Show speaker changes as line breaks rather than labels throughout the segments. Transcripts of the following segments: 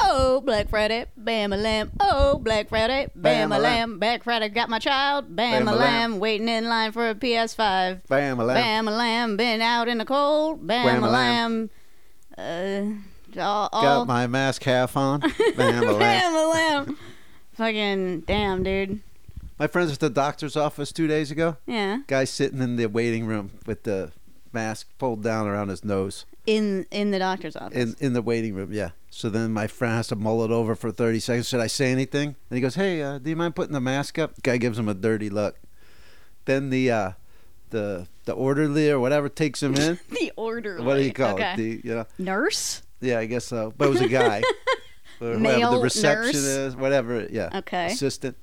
oh, Black Friday, bam a lamb, oh, Black Friday, bam a lamb, Black Friday got my child, bam a lamb, waiting in line for a PS5,
Bam a lamb.
bam a lamb, been out in the cold, bam a lamb, uh, all, all
Got my mask half on. Bam a lamb.
bam a lamb, fucking damn, dude,
My friends at the doctor's office two days ago.
yeah,
Guy sitting in the waiting room with the mask pulled down around his nose.
in in the doctor's office,
in in the waiting room. Yeah. So then my friend has to mull it over for thirty seconds. Should I say anything? And he goes, "Hey, uh, do you mind putting the mask up?" Guy gives him a dirty look. Then the uh, the the orderly or whatever takes him in.
the orderly,
what do you call
okay.
it? The you know,
nurse,
yeah, I guess so. But it was a guy. Or
Male
the
nurse?
receptionist, whatever. Yeah.
Okay.
Assistant.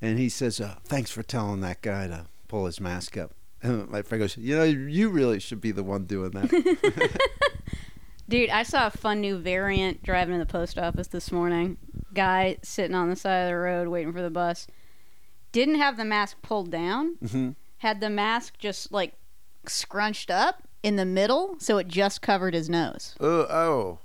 And he says, uh, "Thanks for telling that guy to pull his mask up." And my friend goes, "You know, you really should be the one doing that."
Dude, I saw a fun new variant driving to the post office this morning. Guy sitting on the side of the road waiting for the bus. Didn't have the mask pulled down.
Mhm.
Had the mask just like scrunched up in the middle so it just covered his nose.
oh, oh,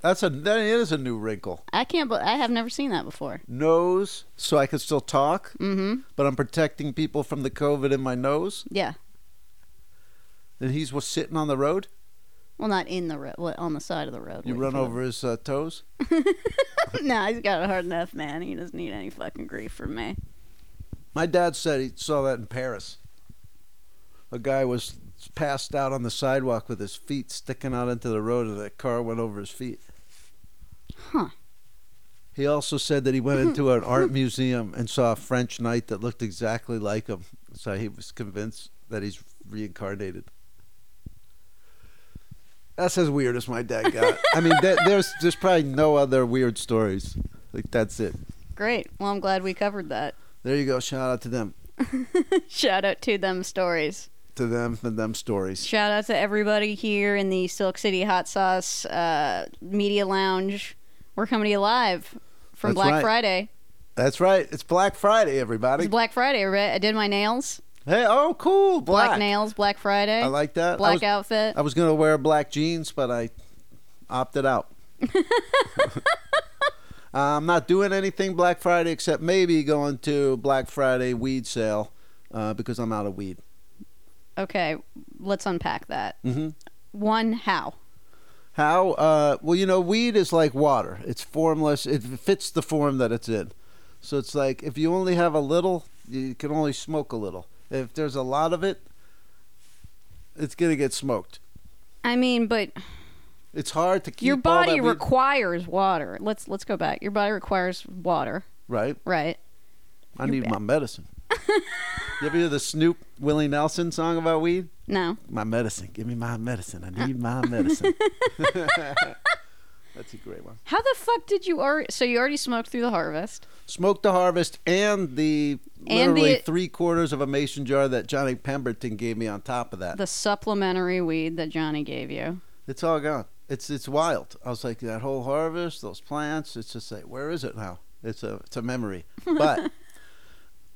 that's a that is a new wrinkle.
I can't bel I have never seen that before.
nose so I can still talk,
Mhm.
but I'm protecting people from the COVID in my nose.
Yeah.
And he's was sitting on the road.
Well, not in the road, well, on the side of the road.
You
waiting
run
for
over his uh, toes.
the- nah, he's got it hard enough, man. He doesn't need any fucking grief from me.
My dad said he saw that in Paris. A guy was passed out on the sidewalk with his feet sticking out into the road, and a car went over his feet.
Huh.
He also said that he went into an art museum and saw a French knight that looked exactly like him. So he was convinced that he's reincarnated. That's as weird as my dad got. I mean, there- there's there's probably no other weird stories. Like that's it.
Great. Well, I'm glad we covered that.
There you go. Shout out to them,
Shout out to them stories.
to them, and them stories.
Shout out to everybody here in the Silk City Hot Sauce uh, Media Lounge. We're coming to you live from
That's
Black
right.
Friday.
That's right. It's Black Friday, everybody.
It's Black Friday, right? I did my nails,
Hey, oh, cool.
black,
Black.
nails, Black Friday,
I like that. I
black
was-
outfit.
I was gonna wear black jeans, but I opted out. Uh, I'm not doing anything Black Friday except maybe going to Black Friday weed sale uh, because I'm out of weed.
okay, let's unpack that.
hmm
One, how?
How? Uh, well, you know, weed is like water. It's formless. It fits the form that it's in. So it's like if you only have a little, you can only smoke a little. If there's a lot of it, it's gonna get smoked.
I mean, but
It's hard to keep
your
all
body
that weed-
requires water. Let's let's go back. Your body requires water,
right.
right?
I
You're
need
bad.
my medicine. you ever hear the Snoop Willie Nelson song about weed?
No.
My medicine. Give me my medicine. I need my medicine. That's a great one.
How the fuck did you already? So you already smoked through the harvest.
Smoke the Harvest and the
And
literally
the-
three quarters of a mason jar that Johnny Pemberton gave me on top of that.
The supplementary weed that Johnny gave you.
It's all gone. It's it's wild. I was like that whole harvest, those plants. It's just like where is it now? It's a it's a memory. But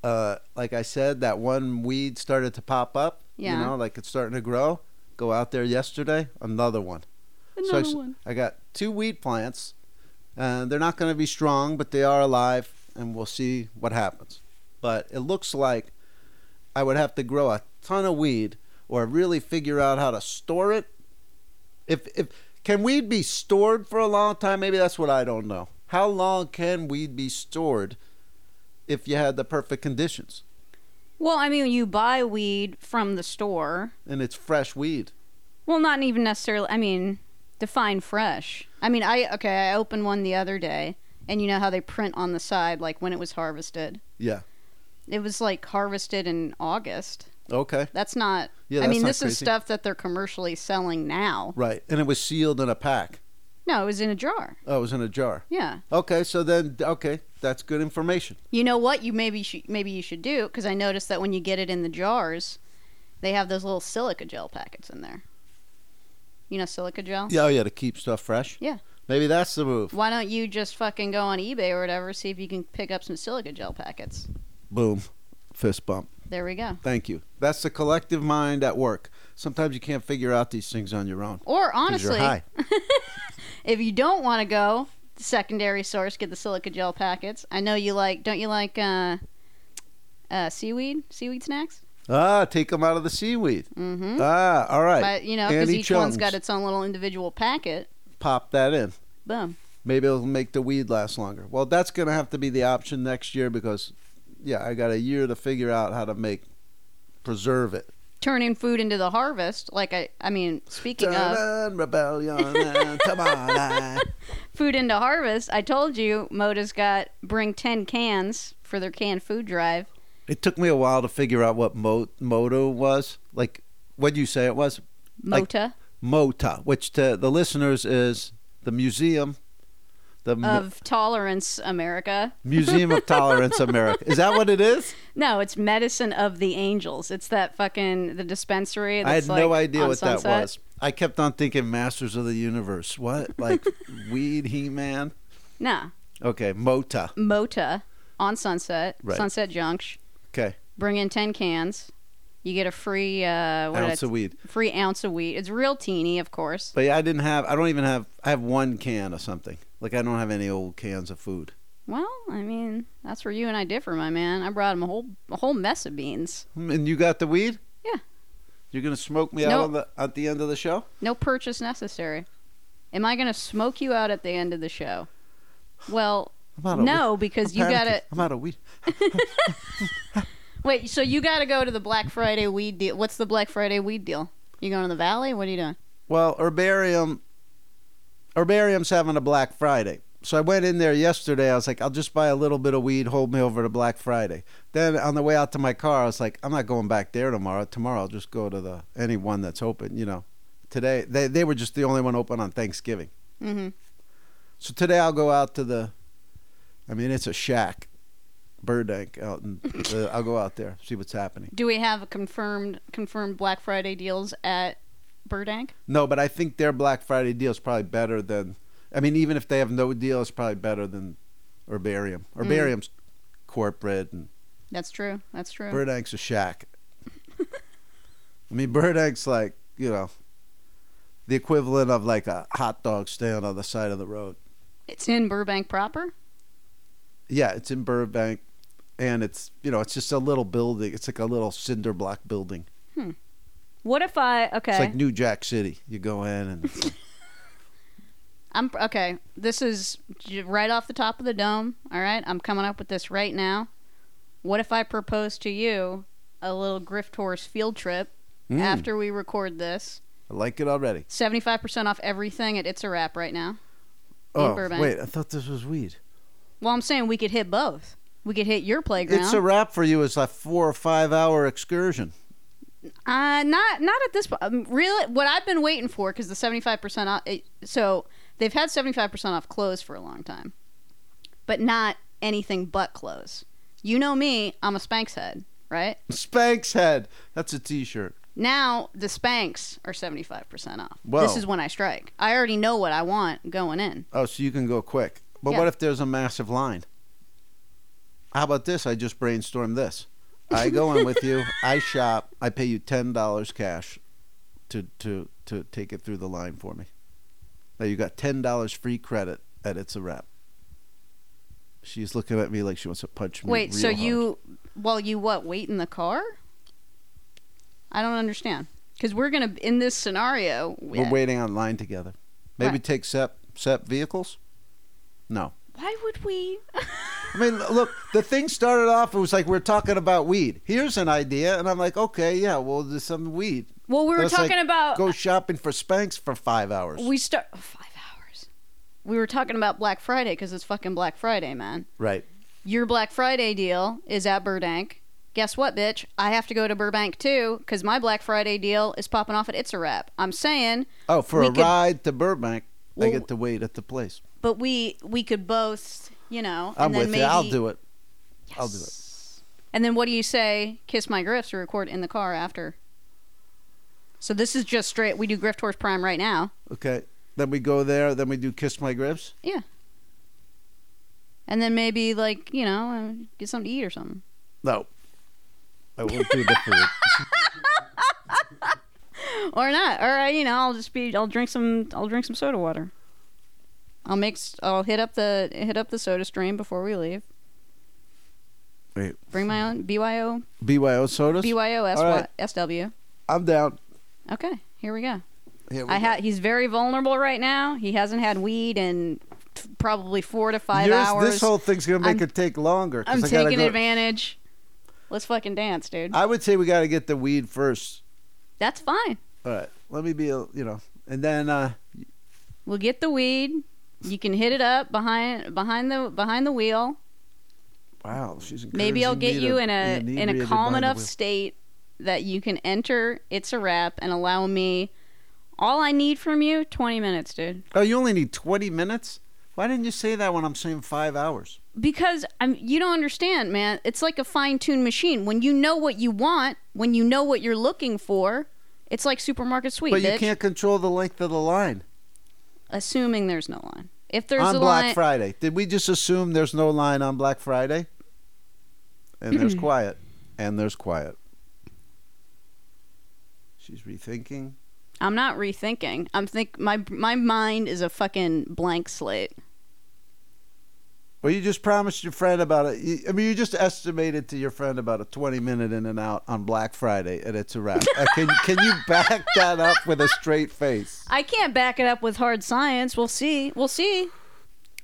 uh, like I said, that one weed started to pop up.
Yeah.
You know, like it's starting to grow. Go out there yesterday, another one. So I
Another
s-
one.
I got two weed plants, and they're not going to be strong, but they are alive, and we'll see what happens. But it looks like I would have to grow a ton of weed, or really figure out how to store it. If if can weed be stored for a long time? Maybe that's what I don't know. How long can weed be stored if you had the perfect conditions
Well, I mean, you buy weed from the store.
and it's fresh weed?
Well, not even necessarily. I mean, define fresh. I mean, I okay. I opened one the other day, and you know how they print on the side like when it was harvested.
Yeah.
It was like harvested in August.
Okay.
That's not.
Yeah.
I
that's
mean,
not
this is
crazy.
stuff that they're commercially selling now.
Right, and it was sealed in a pack.
No, it was in a jar.
Oh, it was in a jar.
Yeah.
Okay, so then okay, that's good information.
You know what? You maybe should maybe you should do because I noticed that when you get it in the jars, they have those little silica gel packets in there. You know silica gel.
Yeah, oh yeah, to keep stuff fresh.
Yeah.
Maybe that's the move.
Why don't you just fucking go on eBay or whatever, see if you can pick up some silica gel packets?
Boom. Fist bump.
There we go.
Thank you. That's the collective mind at work. Sometimes you can't figure out these things on your own.
Or
'cause
honestly,
you're high.
if you don't want to go, secondary source, get the silica gel packets. I know you like. Don't you like uh, uh, seaweed? Seaweed snacks.
Ah, take them out of the seaweed.
Mm-hmm.
Ah, all right.
But you know, because
Annie
each one's
Chung's.
got its own little individual packet.
Pop that in.
Boom.
Maybe it'll make the weed last longer. Well, that's going to have to be the option next year because, yeah, I got a year to figure out how to make preserve it.
Turning food into the harvest. Like I, I mean, speaking of.
Turn rebellion, and come on! I-
food into harvest. I told you Moda's got bring 10 cans for their canned food drive.
It took me a while to figure out what mo- moto was. Like, what do you say it was? Like-
Mota
Mota, which to the listeners is the museum, the mu-
of Tolerance America.
Museum of Tolerance America. Is that what it is?
No, it's Medicine of the Angels. It's that fucking the dispensary. That's
I had no
like,
idea
on
what
Sunset.
that was. I kept on thinking Masters of the Universe. What? Like weed, He Man?
No,
Okay, Mota.
Mota on Sunset,
Right.
Sunset Junction.
Okay,
Bring in 10 cans. You get a free uh, what did I
ounce of weed.
free ounce of wheat. It's real teeny, of course.
But yeah, I didn't have. I don't even have. I have one can of something. Like I don't have any old cans of food.
Well, I mean, that's where you and I differ, my man. I brought him a whole a whole mess of beans.
And you got the weed?
Yeah.
You're gonna smoke me out
Nope.
on the, at the end of the show?
No purchase necessary. Am I going to smoke you out at the end of the show? Well,
I'm out of
no, because
weed.
you
I'm
got
panicking.
to
I'm out of weed.
wait. So you got to go to the Black Friday weed deal. What's the Black Friday weed deal? You going to the Valley? What are you doing?
Well, herbarium. Herbarium's having a Black Friday. So I went in there yesterday. I was like, I'll just buy a little bit of weed, hold me over to Black Friday. Then on the way out to my car, I was like, I'm not going back there tomorrow. Tomorrow I'll just go to the any one that's open, you know. Today they they were just the only one open on Thanksgiving.
Mm-hmm.
So today I'll go out to the. I mean, it's a shack, Burdank out, and uh, I'll go out there see what's happening.
Do we have a confirmed confirmed Black Friday deals at Burdank?
No, but I think their Black Friday deal is probably better than. I mean, even if they have no deal, it's probably better than Herbarium. Herbarium's corporate, and
That's true. That's true.
Burdank's a shack. I mean, Burdank's like you know, the equivalent of like a hot dog stand on the side of the road.
it's in Burbank proper.
Yeah, it's in Burbank, and it's you know, it's just a little building. It's like a little cinder block building.
What if I okay?
It's like New Jack City. You go in and mm,
I'm okay. This is j- right off the top of the dome. All right, I'm coming up with this right now. What if I propose to you a little Grift Horse field trip
Mm,
after we record this?
I like it already.
Seventy-five percent off everything at It's a Wrap right now. In
Oh
Burbank.
wait, I thought this was weed.
Well, I'm saying we could hit both. We could hit your playground.
It's a wrap for you. It's a four or five hour excursion.
Uh, not not at this point. Um, really, what I've been waiting for because the seventy five percent off. It, so they've had seventy five percent off clothes for a long time, but not anything but clothes. You know me, I'm a Spanx head, right?
Spanx head. That's a T-shirt.
Now the Spanx are seventy five percent off.
Whoa.
This is when I strike. I already know what I want going in.
Oh, so you can go quick. But
Yeah.
what if there's a massive line? How about this? I just brainstormed this. I go in with you. I shop. I pay you ten dollars cash to to to take it through the line for me. Now you got ten dollars free credit at it's a wrap. She's looking at me like she wants to punch me.
Wait, so
real hard.
you, well, you what? Wait in the car? I don't understand because we're gonna in this scenario.
we're waiting on line together. Maybe
Right.
take SEP SEP vehicles. No.
why would we?
I mean, look, the thing started off. It was like we're talking about weed. Here's an idea, and I'm like, okay, yeah, well, there's some weed.
Well, we were
That's
talking
like,
about
Go shopping for Spanx for five hours.
we start oh, five hours. We were talking about Black Friday because it's fucking Black Friday, man.
right.
Your Black Friday deal is at Burbank. Guess what, bitch? I have to go to Burbank too because my Black Friday deal is popping off at It's a Wrap. I'm saying,
Oh, for
We
a
could-
ride to Burbank, I
Well-
get to wait at the place.
but we we could both, you know,
I'm
and then
with
maybe
you. I'll do it. I'll do
Yes. And then what do you say? Kiss my grifts or record in the car after. So this is just straight. We do Grift Horse Prime right now,
Okay. Then we go there. Then we do kiss my grips.
and then maybe like you know, uh, get something to eat or something.
No. I won't do the food.
or not or uh, you know i'll just be i'll drink some i'll drink some soda water I'll make. s- I'll hit up the hit up the Soda Stream before we leave.
Wait.
Bring my own BYO
BYO sodas.
BYO
All right.
SW.
I'm down.
Okay, here we go.
Here we
I
go.
ha- he's very vulnerable right now. He hasn't had weed in t- probably four to 5
Yours-
hours.
This whole thing's gonna make
I'm-
it take longer. 'cause
I'm
I gotta
taking
go-
advantage. Let's fucking dance, dude.
I would say we got to get the weed first.
That's fine.
All right, let me be, a you know, and then uh,
We'll get the weed. You can hit it up behind behind the behind the wheel.
wow, she's
Maybe I'll get
encouraging me
you
to
in a
be
in a
inebriated
calm
by the
enough
wheel.
state that you can enter it's a wrap and allow me all I need from you 20 minutes, dude.
Oh, you only need 20 minutes? Why didn't you say that when I'm saying five hours?
Because I'm you don't understand, man. It's like a fine-tuned machine. When you know what you want, when you know what you're looking for, it's like supermarket sweep,
but you
bitch.
can't control the length of the line
Assuming there's no line. If there's
on
a
Black
line,
Friday. Did we just assume there's no line on Black Friday? And there's quiet. And there's quiet. She's rethinking.
I'm not rethinking. I'm think my my mind is a fucking blank slate.
Well, you just promised your friend about it. you- I mean, you just estimated to your friend about a 20 minute in and out on Black Friday, and it's a wrap. Uh, can, can you back that up with a straight face?
I can't back it up with hard science. We'll see. We'll see.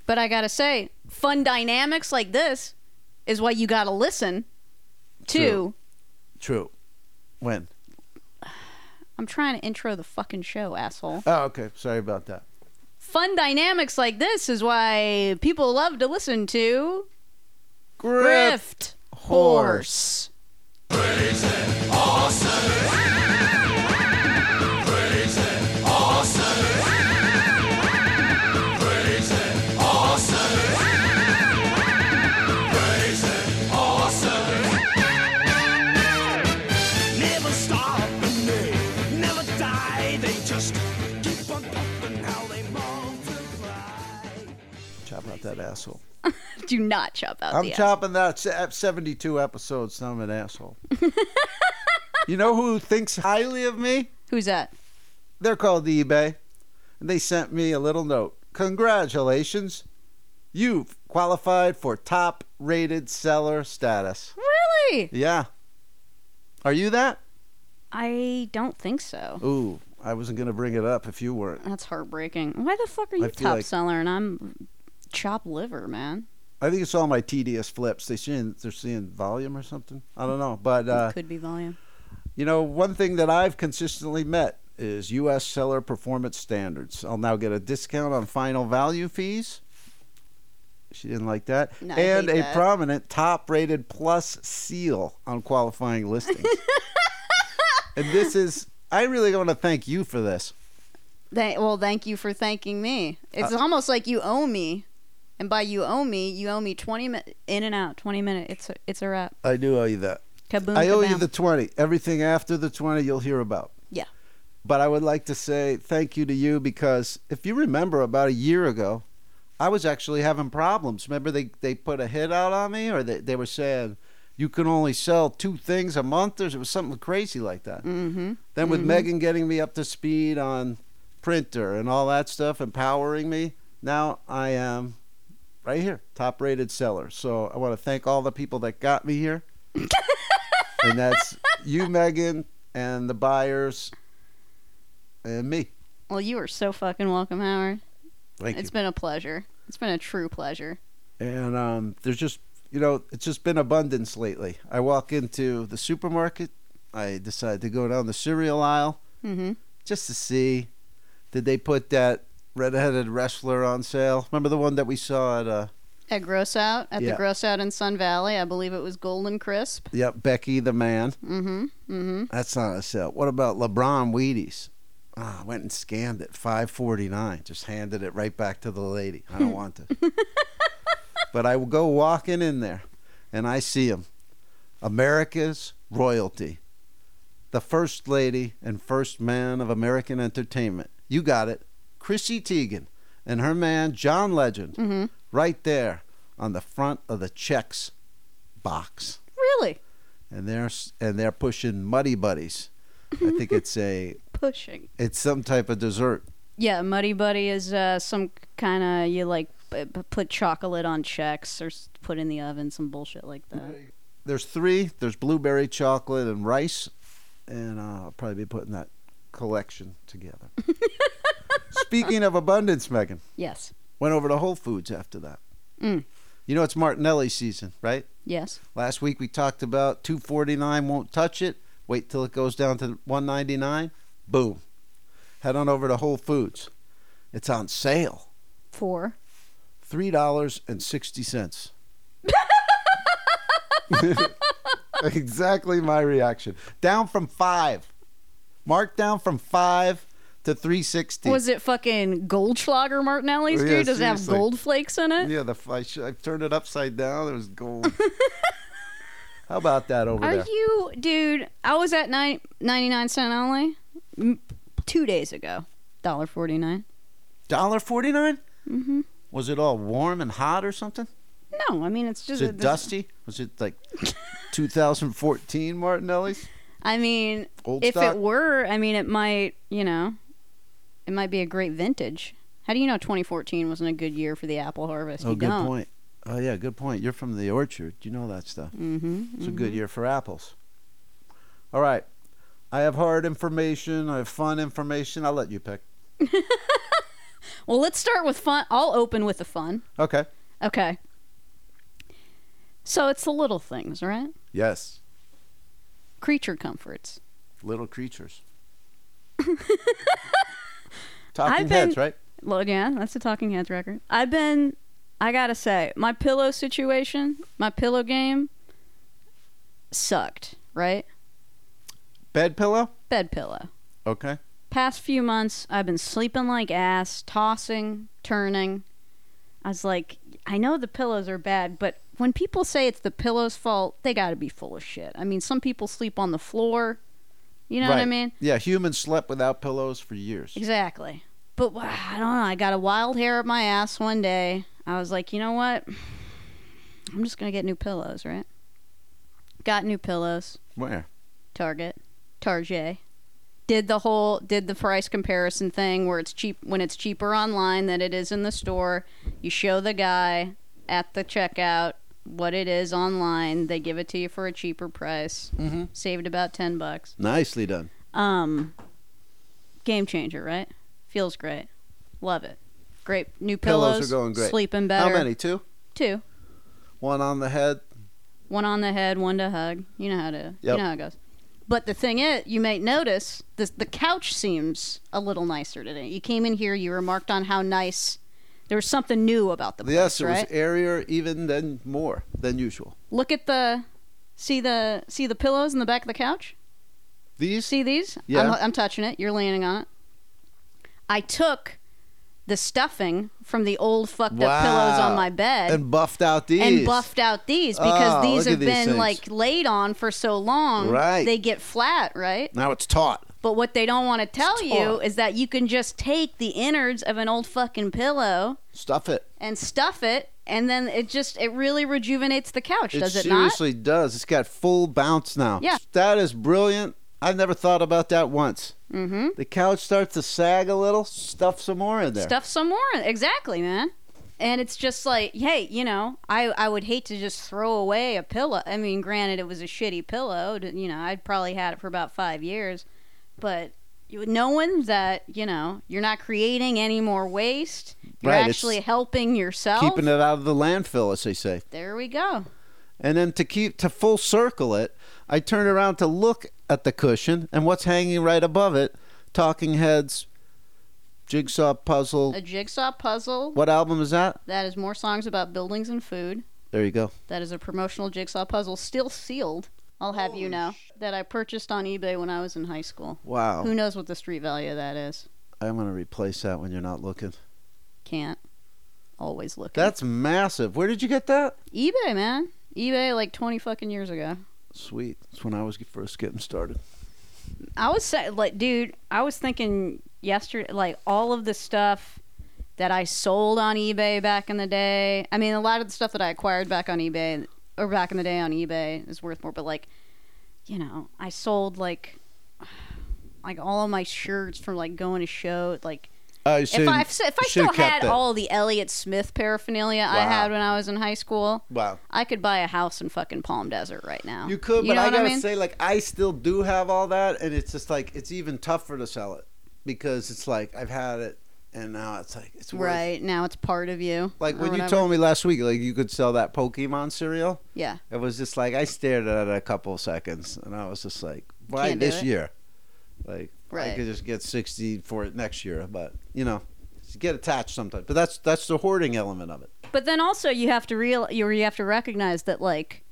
But I gotta say, fun dynamics like this is why you gotta listen to.
True. True. When?
I'm trying to intro the fucking show, asshole.
Oh, okay. Sorry about that.
Fun dynamics like this is why people love to listen to
Griff
Grift
Horse.
Horse.
Never stop and they never die. They just keep on pumping how they multiply.
Chop out that asshole.
Do not chop out
I'm
the ass.
chopping that se- at 72 episodes. so I'm an asshole. you know who thinks highly of me?
Who's that?
They're called eBay. And they sent me a little note. Congratulations. You've qualified for top rated seller status.
Really?
Yeah. Are you that?
I don't think so.
Ooh, I wasn't going to bring it up if you weren't.
That's heartbreaking. Why the fuck are
I
you
feel
top
like-
seller and I'm chop liver, man?
I think it's all my TDS flips. They seeing, they're seeing volume or something. I don't know. But uh,
it could be volume.
You know, one thing that I've consistently met is U.S. seller performance standards. I'll now get a discount on final value fees. She didn't like that.
No, I
and
hate
a
that.
prominent top rated plus seal on qualifying listings. and this is, I really want to thank you for this.
Thank, well, thank you for thanking me. It's
Uh,
almost like you owe me, and by you owe me, you owe me twenty mi- in and out, twenty minute. It's a, it's a wrap.
I do owe you that.
Kaboom!
I owe you
kabam.
the 20. Everything after the 20 you'll hear about.
Yeah.
But I would like to say thank you to you because if you remember about a year ago, I was actually having problems. Remember they, they put a hit out on me or they, they were saying you can only sell two things a month or it was something crazy like that.
Mm-hmm.
Then with Megan getting me up to speed on printer and all that stuff, empowering me, now I am right here, top rated seller. So I want to thank all the people that got me here. and that's you, Megan, and the buyers, and me.
Well, you are so fucking welcome, Howard.
Thank
It's been a pleasure. It's been a true pleasure.
you. And um, there's just, you know, it's just been abundance lately. I walk into the supermarket, I decide to go down the cereal aisle.
Mm-hmm.
just to see did they put that redheaded wrestler on sale remember the one that we saw at uh
At Gross Out, at
Yeah.
the Gross Out in Sun Valley, I believe it was Golden Crisp.
yep becky the man
Mm-hmm. Mm-hmm.
that's not on sale what about lebron wheaties Ah, I went and scanned it, five forty nine. Just handed it right back to the lady. I don't want to, but I will go walking in there, and I see him, America's royalty, the first lady and first man of American entertainment. You got it, Chrissy Teigen, and her man John Legend,
Mm-hmm.
right there on the front of the checks box
Really
and they're s- and they're pushing muddy buddies i think it's a
pushing.
it's some type of dessert
Yeah, Muddy Buddy is uh, some kind of you like b- b- put chocolate on checks or s- put in the oven, some bullshit like that.
There's three. There's blueberry chocolate and rice, and uh, I'll probably be putting that collection together. Speaking of abundance, Megan
Yes,
went over to Whole Foods after that.
Mm.
You know it's Martinelli season, right?
yes,
Last week we talked about 249 won't touch it. Wait till it goes down to 199. Boom. Head on over to Whole Foods. It's on sale.
four.
Three dollars and sixty cents. exactly my reaction. Down from five. Marked down from five to three sixty.
Was it fucking Goldschlager Martinelli's,
Yeah,
dude? Does it have
seriously.
gold flakes in it?
Yeah, the I, sh- I turned it upside down. There was gold. How about that over
Are
there?
you, dude? I was at nine, 99 cent only mm, two days ago. Dollar forty nine.
Dollar forty nine.
Mm-hmm.
Was it all warm and hot or something?
No, I mean it's just
Is it
this-
dusty? Was it like 2014 Martinelli's?
I mean,
Old
if
stock?
it were, I mean, it might, you know, it might be a great vintage. How do you know 2014 wasn't a good year for the apple harvest?
oh,
you
good
don't.
point. Oh, yeah, good point. You're from the orchard. You know that stuff.
Mm-hmm.
It's a good year for apples. All right. I have hard information. I have fun information. I'll let you pick.
Well, let's start with fun. I'll open with the fun.
Okay.
Okay. So it's the little things, right?
Yes.
Creature comforts.
Little creatures. Talking
I've been-
heads, right?
Well, yeah, that's a Talking Heads record. I've been, I gotta say, my pillow situation, my pillow game, sucked. Right?
Bed pillow?
Bed pillow.
Okay.
past few months I've been sleeping like ass, tossing, turning. I was like, I know the pillows are bad, but when people say it's the pillow's fault, they got to be full of shit. I mean, some people sleep on the floor. You know what I
Right.
mean?
Yeah, humans slept without pillows for years.
Exactly. But wha- I don't know. I got a wild hair up my ass one day. I was like, you know what? I'm just going to get new pillows, right? Got new pillows.
Where?
Target, Target. Did the whole did the price comparison thing where it's cheap when it's cheaper online than it is in the store. You show the guy at the checkout what it is online. They give it to you for a cheaper price.
Mm-hmm.
Saved about ten bucks.
Nicely done.
Um, game changer, right? Feels great. Love it. Great new
Pillows
pillows.
are going great.
Sleeping better.
How many? Two?
Two.
One on the head.
one on the head, one to hug. You know how to.
Yep.
You know how it goes. But the thing is, you may notice the the couch seems a little nicer today. You came in here, you remarked on how nice. There was something new about the place,
yes, it
right?
was airier even than more than usual.
Look at the, see the see the pillows in the back of the couch.
These?
See these?
Yeah.
I'm, I'm touching it. You're landing on it. I took the stuffing from the old fucked up pillows
Wow.
on my bed
and buffed out these.
and buffed out these because
Oh,
these
look at
have
these
been
things.
like laid on for so long.
Right.
They get flat, right?
Now it's taut.
But what they don't want to tell you
taut.
is that you can just take the innards of an old fucking pillow
Stuff it.
and stuff it, and then it just it really rejuvenates the couch,
It
does it not?
seriously does. It's got full bounce now.
Yeah.
That is brilliant. I never thought about that once.
Mm-hmm.
The couch starts to sag a little, stuff some more in there.
Stuff some more, in- exactly, man. And it's just like, hey, you know, I I would hate to just throw away a pillow. I mean, granted, it was a shitty pillow. d- You know, I'd probably had it for about five years, but you- knowing that you know you're not creating any more waste, you're
Right, it's
actually helping yourself.
Keeping it out of the landfill, as they say.
there we go.
And then to keep to full circle it, I turn around to look at the cushion and what's hanging right above it, talking heads, jigsaw puzzle.
A jigsaw puzzle.
what album is that?
That is more songs about buildings and food.
There you go.
That is a promotional jigsaw puzzle, still sealed. I'll have you know that I purchased on eBay when I was in high school.
Wow.
Who knows what the street value of that is?
I'm gonna replace that when you're not looking.
Can't. Always look.
That's massive. Where did you get that?
eBay, man. eBay like twenty fucking years ago.
Sweet. That's when I was first getting started.
I was sa- like, dude, I was thinking yesterday, like all of the stuff that I sold on eBay back in the day. I mean, a lot of the stuff that I acquired back on eBay or back in the day on eBay is worth more. But like, you know, I sold like, like all of my shirts from like going to show, like
I
If
should've-
I if I still
should've kept
had
it.
all the Elliott Smith paraphernalia I
Wow.
had when I was in high school,
Wow.
I could buy a house in fucking Palm Desert right now.
You could, but
know
I
what
gotta
mean?
say, like, I still do have all that, and it's just like it's even tougher to sell it because it's like I've had it, and now it's like it's worth.
right now it's part of you.
Like
or
when you
whatever.
told me last week, like you could sell that Pokemon cereal.
yeah,
It was just like I stared at it a couple of seconds, and I was just like, "Why
Can't do
this
it.
year?" Like I
Right.
could just get sixty for it next year, but you know, just get attached sometimes. But that's that's the hoarding element of it.
but then also you have to real you you have to recognize that like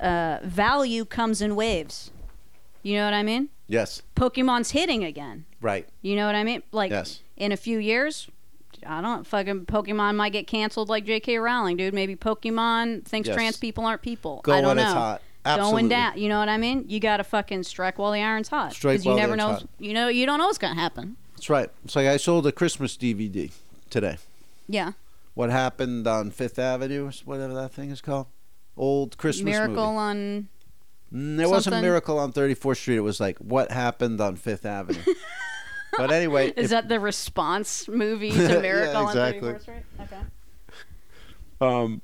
uh, value comes in waves. You know what I mean?
Yes,
Pokemon's hitting again.
right.
You know what I mean? Like
Yes.
in a few years, I don't fucking Pokemon might get canceled like J.K. Rowling, dude. Maybe Pokemon thinks
Yes.
trans people aren't people.
Go
I don't
when
know.
it's hot. Absolutely.
Going down, you know what I mean? You gotta fucking strike while the iron's hot.
Strike
'Cause you
while the
never know.
iron's
You know, you don't know what's gonna happen.
That's right. It's like I sold a Christmas DVD today.
Yeah,
What happened on Fifth Avenue, or whatever that thing is called? Old Christmas
miracle
movie.
on.
Mm, There wasn't
something.
Miracle on 34th Street. It was like What Happened on Fifth Avenue. but anyway,
Is
if-
that the response movie to
Yeah,
Miracle
exactly.
on 34th Street? Okay.
um,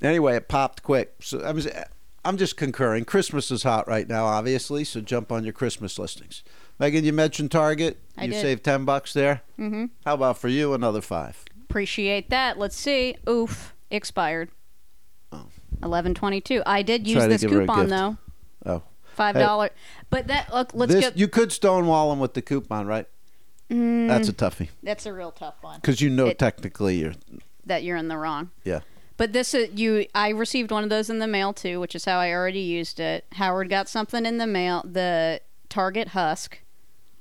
anyway, it popped quick. So I was, I'm just concurring. Christmas is hot right now, obviously. So jump on your Christmas listings. Megan, you mentioned Target.
I
you
did.
saved ten bucks there.
Mm-hmm.
How about for you another five?
Appreciate that. Let's see. Oof, expired.
Oh.
Eleven twenty-two. I did use
Try to
this
give her a
coupon
gift.
though.
Oh,
Five dollar. But that look. Let's
this,
get.
you could stonewall them with the coupon, right?
Mm,
That's a toughie.
that's a real tough one.
Because you know
It-
technically you're
That you're in the wrong.
yeah.
But this is you. I received one of those in the mail too, which is how I already used it. Howard got something in the mail. The Target Husk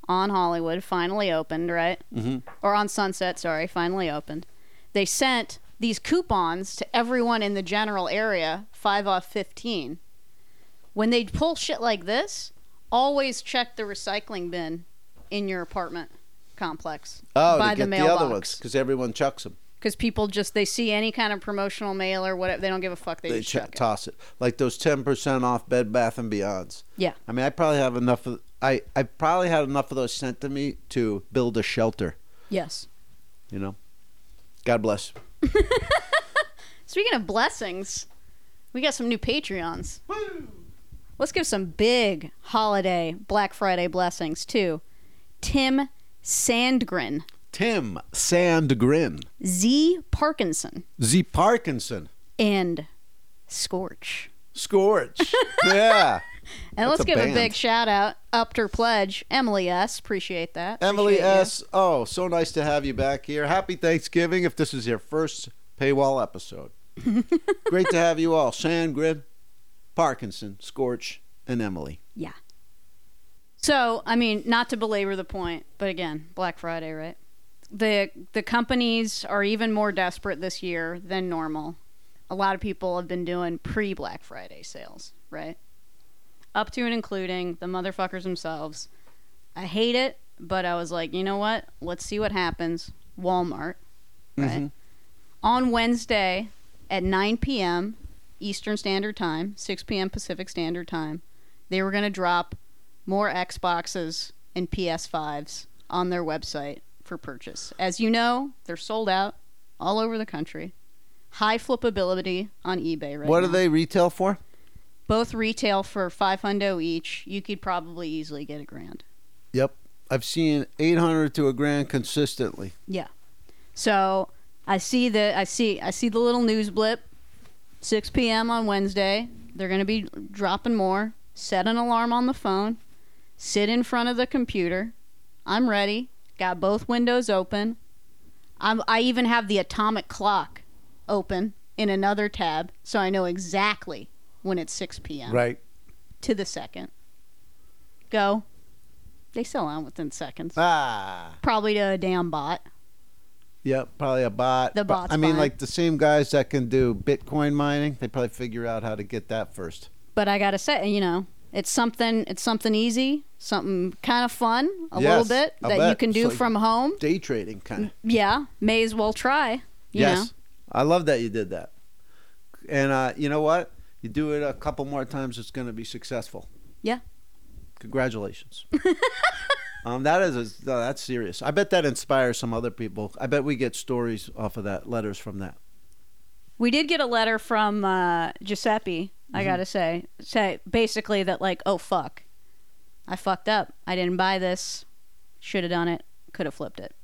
on Hollywood finally opened, right? Mm-hmm. Or on Sunset, sorry, finally opened. They sent these coupons to everyone in the general area, five off fifteen. When they pull shit like this, always check the recycling bin in your apartment complex
Oh,
by
to get
the
the,
mailbox
other ones because everyone chucks them.
because people just they see any kind of promotional mail or whatever they don't give a fuck they,
They
just
ch-
check it.
toss it like those ten percent off Bed Bath and Beyonds.
yeah
I mean, I probably have enough of. I I probably had enough of those sent to me to build a shelter.
yes
You know, God bless.
speaking of blessings we got some new patreons let's give some big holiday black friday blessings to tim sandgren
Tim Sandgren,
z parkinson
Z Parkinson,
and scorch
Scorch. yeah,
and
That's
let's
a
give
band.
a big shout out upped her pledge emily s appreciate that
Emily
Appreciate you.
S. Oh, so nice to have you back here. Happy Thanksgiving if this is your first paywall episode. Great to have you all. Sandgren, Parkinson, Scorch, and Emily.
So, I mean, not to belabor the point, but again, Black Friday, right? The the companies are even more desperate this year than normal. A lot of people have been doing pre Black Friday sales, right? Up to and including the motherfuckers themselves. I hate it, but I was like, you know what? Let's see what happens. Walmart, right?
Mm-hmm.
On Wednesday at 9 p.m. Eastern Standard Time, 6 p.m. Pacific Standard Time, they were going to drop more Xboxes and PS5s on their website for purchase. As you know, they're sold out all over the country. High flippability on eBay right
what
now.
do they retail for?
Both retail for five hundo each. You could probably easily get a grand.
Yep. I've seen 800 to a grand consistently.
So I see the I see I see the little news blip. 6 p.m. on Wednesday. They're going to be dropping more. Set an alarm on the phone. Sit in front of the computer. I'm ready. Got both windows open. I'm, I even have the atomic clock open in another tab, so I know exactly when it's 6 p.m.
Right.
to the second. Go. They sell out within seconds.
Ah.
Probably to a damn bot.
Yep. Probably a bot.
The
But,
bot's
I mean,
fine.
like the same guys that can do Bitcoin mining, they probably figure out how to get that first.
but I gotta say, you know, it's something. It's something easy, something kind of fun, a
Yes,
little bit
I
that you
bet.
can do
So-
from home.
Day trading kind of.
Yeah, may as well try. Mm, You
yes.
know,
I love that you did that. And uh, you know what? You do it a couple more times, it's going to be successful.
Yeah.
Congratulations. Um, that is a, no, that's serious. I bet that inspires some other people. I bet we get stories off of that, letters from that.
We did get a letter from uh, Giuseppe. I
Mm-hmm.
gotta say, say basically that like, oh fuck, I fucked up. I didn't buy this. Should have done it. Could have flipped it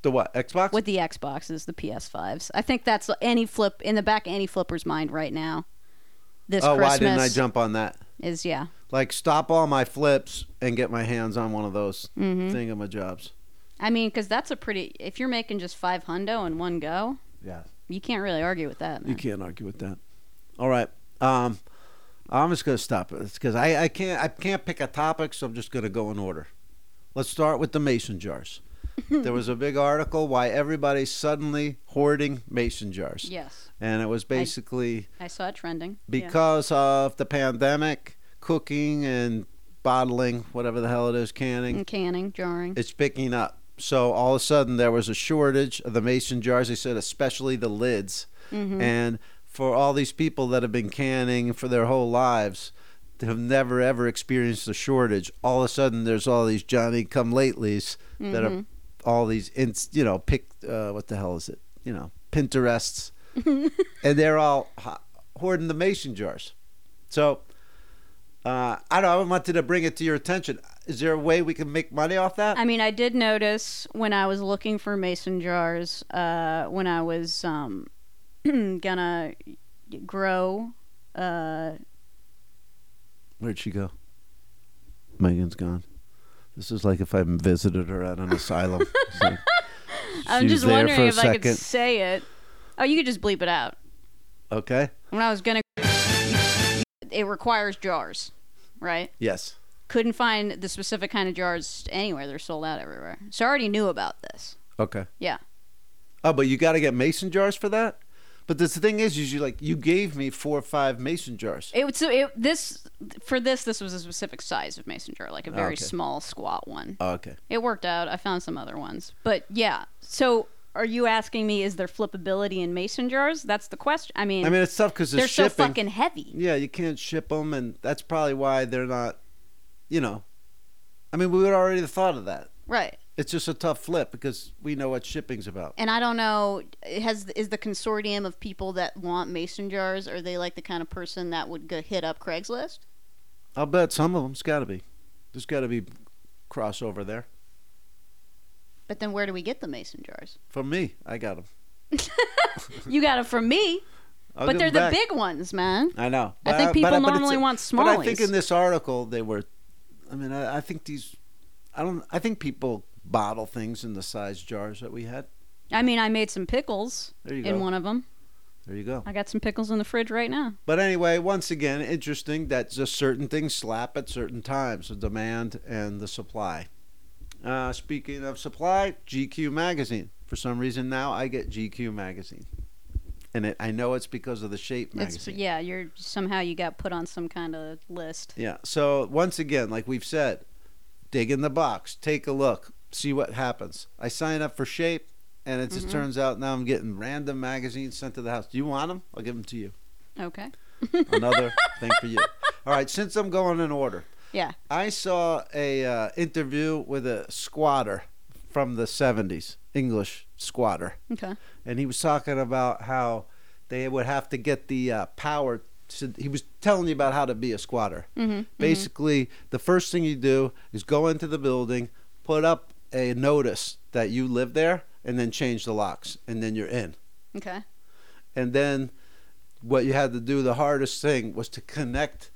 The what? Xbox?
with the Xboxes, the PS5s. I think that's any flip in the back of any flipper's mind right now. This
oh,
Christmas
why didn't I jump on that?
is yeah.
Like, stop all my flips and get my hands on one of those
Mhm.
thingamajobs.
I mean, because that's a pretty. If you're making just five hundo in one go,
Yeah.
you can't really argue with that. Man.
You can't argue with that. All right. Um, I'm just gonna stop it because I, I can't I can't pick a topic, so I'm just gonna go in order. Let's start with the mason jars. there was a big article why everybody's suddenly hoarding mason jars,
Yes,
and it was basically
I saw it trending. Yeah.
because of the pandemic, cooking and bottling, whatever the hell it is, canning,
And canning, jarring.
it's picking up. So all of a sudden there was a shortage of the mason jars. They said especially the lids.
Mhm.
And for all these people that have been canning for their whole lives, that have never ever experienced a shortage, all of a sudden there's all these Johnny come latelys that are all these, ins- you know, pick, uh, what the hell is it? You know, Pinterests. and they're all ho- hoarding the mason jars. So uh, I don't know. I wanted to bring it to your attention. Is there a way we can make money off that?
I mean, I did notice when I was looking for mason jars, uh, when I was um, gonna grow. Uh,
Where'd she go? Megan's gone. This is like if I visited her at an asylum. It's like, she
I'm
was
just
there
wondering
for a
if I could
second.
say it. Oh, you could just bleep it out.
Okay.
When I was gonna, it requires jars, right?
Yes.
Couldn't find the specific kind of jars anywhere. They're sold out everywhere. So I already knew about this.
Okay.
Yeah.
Oh, but you got to get mason jars for that. But this, the thing is, is you like you gave me four or five mason jars.
It was so it this for this this was a specific size of mason jar, like a very
okay.
small squat one.
Oh, okay.
It worked out. I found some other ones. But yeah. So are you asking me is there flippability in mason jars? That's the question. I mean,
I mean, it's tough because
they're so
shipping.
fucking heavy.
yeah, you can't ship them, and that's probably why they're not. You know, I mean, we would already have thought of that.
Right.
It's just a tough flip because we know what shipping's about.
And I don't know has is the consortium of people that want mason jars are they like the kind of person that would go hit up Craigslist?
I'll bet some of them's got to be. There's got to be crossover there.
But then where do we get the mason jars?
From me, I got them.
you got them from me, but they're the big ones, man.
I know.
I think people
it's-
normally want
But I think
smallies.
in this article they were. I mean, I, I think these. I don't. I think people bottle things in the size jars that we had.
I mean, I made some pickles
There you
in
go.
one of them.
There you go.
I got some pickles in the fridge right now.
But anyway, once again, interesting that just certain things slap at certain times the demand and the supply. Uh, speaking of supply, GQ magazine. For some reason now, I get GQ magazine, and it, I know it's because of the shape
It's
magazine.
yeah, you're somehow you got put on some kind of list.
Yeah. So once again, like we've said, dig in the box, take a look, see what happens. I sign up for Shape, and it just turns out now I'm getting random magazines sent to the house. Do you want them? I'll give them to you.
Okay.
Another thing for you. All right. Since I'm going in order,
Yeah.
I saw a uh, interview with a squatter from the '70s, English squatter
Okay.
and he was talking about how they would have to get the uh, power. To, he was telling you about how to be a squatter.
Mhm,
Basically, the first thing you do is go into the building, put up a notice that you live there, and then change the locks, and then you're in.
Okay.
And then what you had to do, the hardest thing was to connect.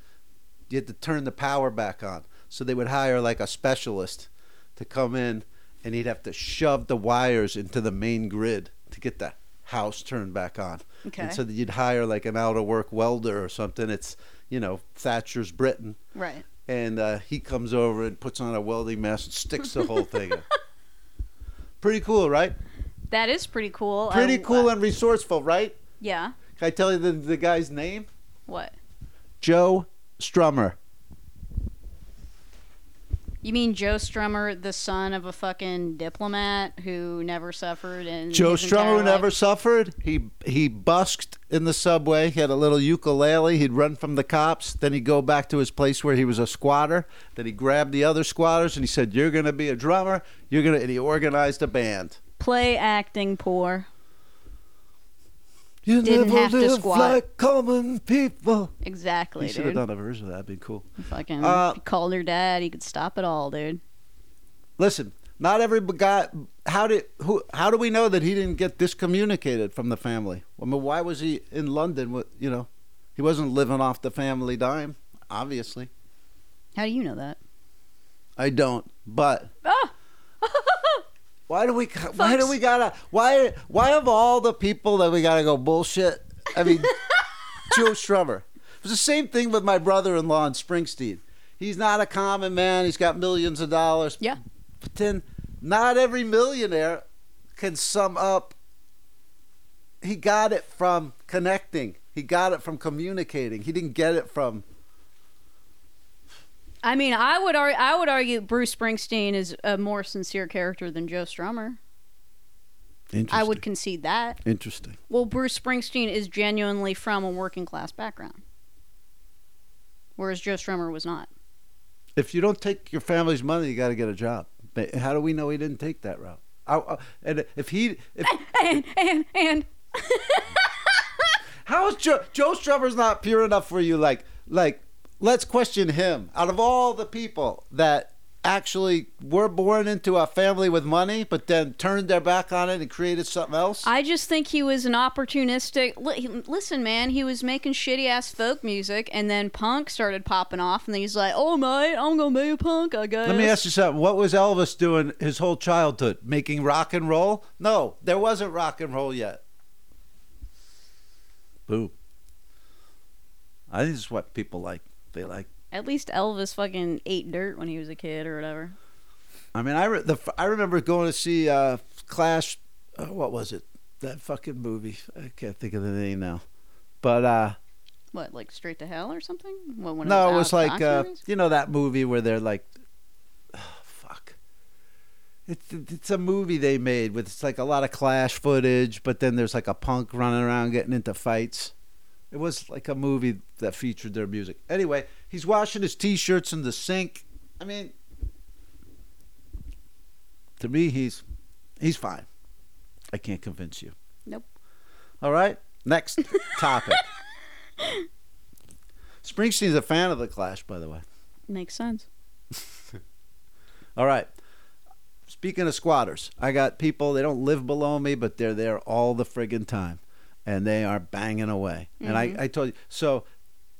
You had to turn the power back on. So they would hire like a specialist to come in, and he'd have to shove the wires into the main grid to get the house turned back on.
Okay.
And so that you'd hire like an out of work welder or something. It's you know Thatcher's Britain,
Right.
and uh, he comes over and puts on a welding mask and sticks the whole thing. in. Pretty cool, right?
That is pretty cool. I-
Pretty cool and resourceful, right?
yeah.
Can I tell you the, the guy's name?
What?
Joe Strummer.
You mean Joe Strummer, the son of a fucking diplomat who never suffered and
Joe Strummer who never suffered. He he busked in the subway. He had a little ukulele. He'd run from the cops. Then he'd go back to his place where he was a squatter. Then he grabbed the other squatters and he said, "You're gonna be a drummer. You're gonna." And he organized a band.
play acting poor.
You
Didn't
never
have to
live
squat.
like common people.
Exactly,
He should have
dude.
done a version of that. That'd be cool.
Fucking
Uh,
if you called her dad. He could stop it all, dude.
Listen, not every b- guy. How did who? How do we know that he didn't get discommunicated from the family? I mean, why was he in London? With you know, he wasn't living off the family dime. Obviously,
How do you know that?
I don't. But why do we?
Ah.
Why do
Folks.
we gotta? Why? Why of all the people that we gotta go bullshit? I mean, Joe Strummer. It was the same thing with my brother-in-law in Springsteen. He's not a common man. He's got millions of dollars.
Yeah.
But then, not every millionaire can sum up. He got it from connecting. He got it from communicating. He didn't get it from.
I mean, I would ar- I would argue Bruce Springsteen is a more sincere character than Joe Strummer.
Interesting.
I would concede that.
Interesting.
Well, Bruce Springsteen is genuinely from a working class background, whereas Joe Strummer was not.
If you don't take your family's money, you got to get a job. But How do we know he didn't take that route? I, I- and if he, if,
And and and
how is Joe, Joe Strummer's not pure enough for you? Like, like, let's question him. Out of all the people that actually were born into a family with money, but then turned their back on it and created something else.
I just think he was an opportunistic. li- Listen, man, he was making shitty ass folk music, and then punk started popping off, and then he's like, "Oh mate, I'm gonna be a punk, I guess."
Let me ask you something. What was Elvis doing his whole childhood? Making rock and roll? No, there wasn't rock and roll yet. Boom. I think this is what people like. They like.
At least Elvis fucking ate dirt when he was a kid or whatever.
I mean, I re- the f- I remember going to see uh, Clash. Uh, what was it? That fucking movie. I can't think of the name now. But uh,
What, like straight to hell or something? What, one of
no,
those
it
Alex
was like
Jones
uh,
movies?
you know that movie where they're like, oh, fuck. It's it's a movie they made with it's like a lot of clash footage, but then there's like a punk running around getting into fights. It was like a movie that featured their music. Anyway, he's washing his t-shirts in the sink. I mean, to me, he's he's fine. I can't convince you.
Nope.
All right, next topic. Springsteen's a fan of the Clash, by the way.
makes sense.
All right. Speaking of squatters, I got people, they don't live below me, but they're there all the friggin' time. And they are banging away. And I, I told you, so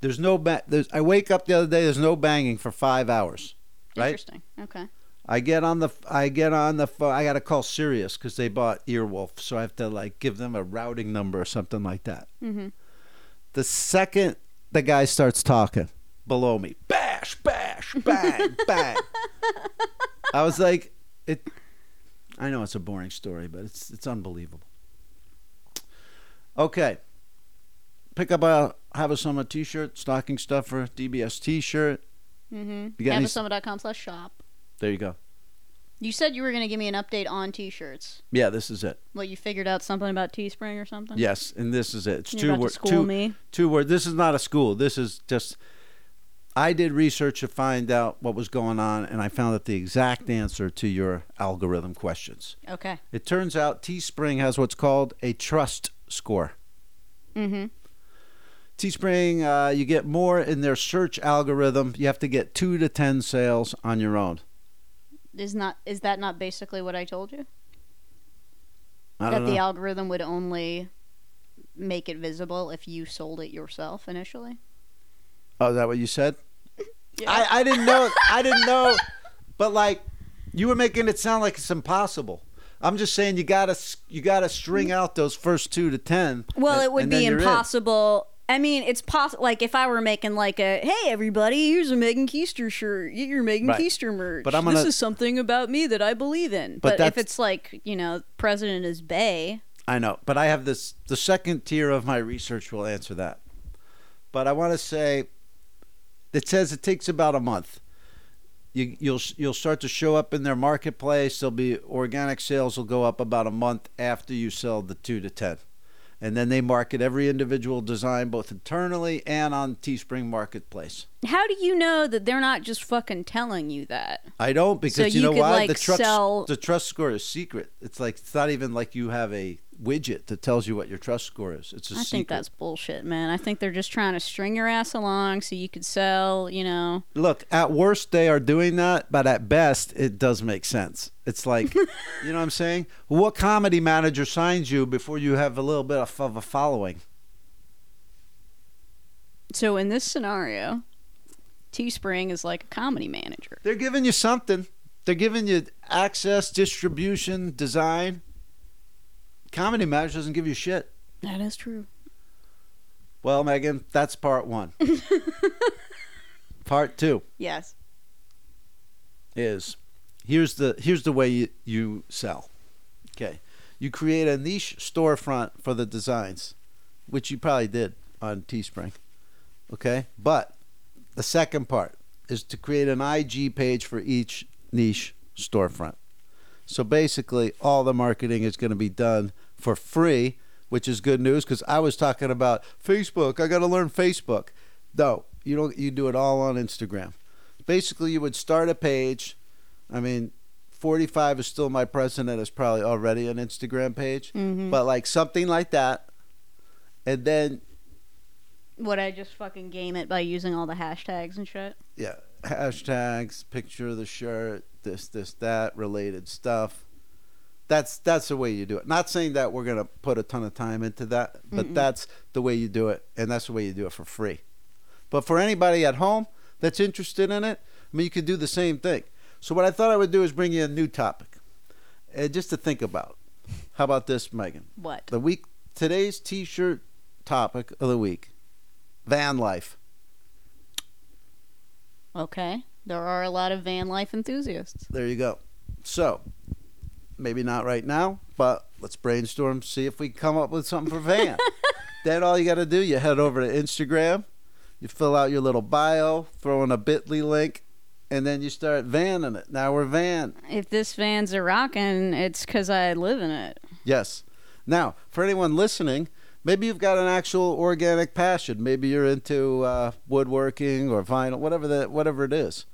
there's no, ba- there's, I wake up the other day, there's no banging for five hours. Right?
Interesting. Okay.
I get on the I get on the phone. I got to call Sirius because they bought Earwolf, so I have to like give them a routing number or something like that.
Mhm.
The second the guy starts talking below me, bash, bash, bang, bang. I was like, it. I know it's a boring story, but it's it's unbelievable. Okay, pick up a have a summer T-shirt, stocking stuffer, DBS T-shirt.
Mm-hmm.
You got any-
Havasummit.com slash shop.
There you go.
You said you were going to give me an update on t-shirts.
Yeah, this is it.
Well, you figured out something about Teespring or something?
Yes, and this is it. It's
You're
two
about to
words.
school
Two,
me.
two words. This is not a school. This is just. I did research to find out what was going on, and I found out the exact answer to your algorithm questions.
Okay.
It turns out Teespring has what's called a trust score.
Mm-hmm.
Teespring, uh, you get more in their search algorithm. You have to get two to ten sales on your own.
Is not is that not basically what I told you?
I
that
don't
the
know.
algorithm would only make it visible if you sold it yourself initially?
oh, is that what you said? I, I didn't know. I didn't know. But like, you were making it sound like it's impossible. I'm just saying you gotta s- you gotta string out those first two to ten.
Mm. Well,
and-
it would
and
be
then you're in.
impossible. I mean, it's possible. Like if I were making like a hey everybody, here's a Megan Keister shirt. You're Megan
Right.
Keister merch.
But I'm
this
gonna-
is something about me that I believe in.
But
But, if
that's-
it's like you know, President is Bay.
I know, but I have this. The second tier of my research will answer that. But I want to say, it says it takes about a month. you, you'll you'll start to show up in their marketplace. There'll be organic sales will go up about a month after you sell the two to ten, and then they market every individual design both internally and on Teespring Marketplace.
How do you know that they're not just fucking telling you that?
I don't because
So
you,
you
know
could,
why
like,
the trust
sell-
the trust score is secret. It's like it's not even like you have a widget that tells you what your trust score is. It's a
I
secret.
think that's bullshit, man. I think they're just trying to string your ass along so you could sell, you know.
Look, at worst they are doing that, but at best it does make sense. It's like, you know what I'm saying? What comedy manager signs you before you have a little bit of, of a following?
So in this scenario, Teespring is like a comedy manager.
They're giving you something. They're giving you access, distribution, design. Comedy manager doesn't give you shit.
That is true.
Well, Megan, that's part one. part two.
Yes.
is here's the here's the way you, you sell. Okay. You create a niche storefront for the designs, which you probably did on Teespring. Okay? But the second part is to create an IG page for each niche storefront. So basically all the marketing is going to be done for free, which is good news cuz I was talking about Facebook, I got to learn Facebook. No, you don't you do it all on Instagram basically you would start a page i mean 45 is still my president is probably already an instagram page
Mhm.
but like something like that and then
Would I just fucking game it by using all the hashtags and shit?
yeah hashtags picture of the shirt this this that related stuff that's that's the way you do it not saying that we're going to put a ton of time into that but
Mm-mm.
that's the way you do it and that's the way you do it for free but for anybody at home that's interested in it i mean you could do the same thing so what i thought i would do is bring you a new topic and just to think about how about this megan
What?
the week today's t-shirt topic of the week van life
Okay. There are a lot of van life enthusiasts.
There you go. So, maybe not right now, but let's brainstorm, see if we can come up with something for Van. then all you got to do, you head over to Instagram, you fill out your little bio, throw in a bit.ly link, and then you start vanning it. Now we're van.
If this van's a rockin', it's 'cause I live in it.
Yes. Now, for anyone listening, maybe you've got an actual organic passion. Maybe you're into uh, woodworking or vinyl, whatever that, whatever it is.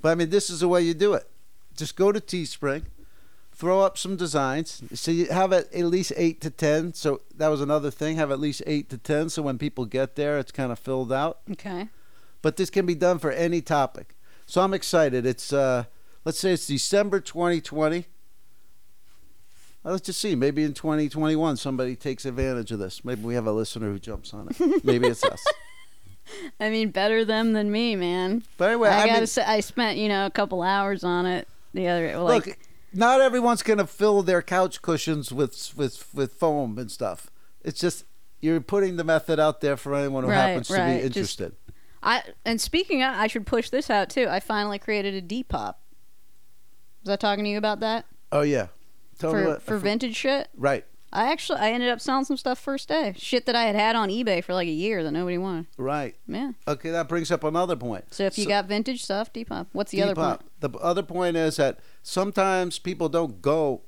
but I mean, this is the way you do it. Just go to Teespring, throw up some designs. So you have at, at least eight to ten. So that was another thing. Have at least eight to ten. So when people get there, it's kind of filled out
Okay.
but this can be done for any topic. So I'm excited. It's uh, let's say it's December 2020. Uh, Let's just see. Maybe in 2021, somebody takes advantage of this. Maybe we have a listener who jumps on it. Maybe it's us.
I mean, better them than me, man.
But anyway,
I,
I,
gotta
mean,
say, I spent you know a couple hours on it the other like
look, not everyone's gonna fill their couch cushions with with with foam and stuff. It's just you're putting the method out there for anyone who
Right,
happens to
right,
be
just-
interested.
I and speaking of, I should push this out too. I finally created a Depop. Was I talking to you about that
oh yeah, tell me
for
what-
for vintage shit?
right,
I actually I ended up selling some stuff first day. Shit that I had had on eBay for like a year that nobody wanted.
right.
Yeah.
Okay, that brings up another point.
So if you
So-
got vintage stuff, Depop. What's the other
Deepak,
point?
The b- other point is that sometimes people don't go.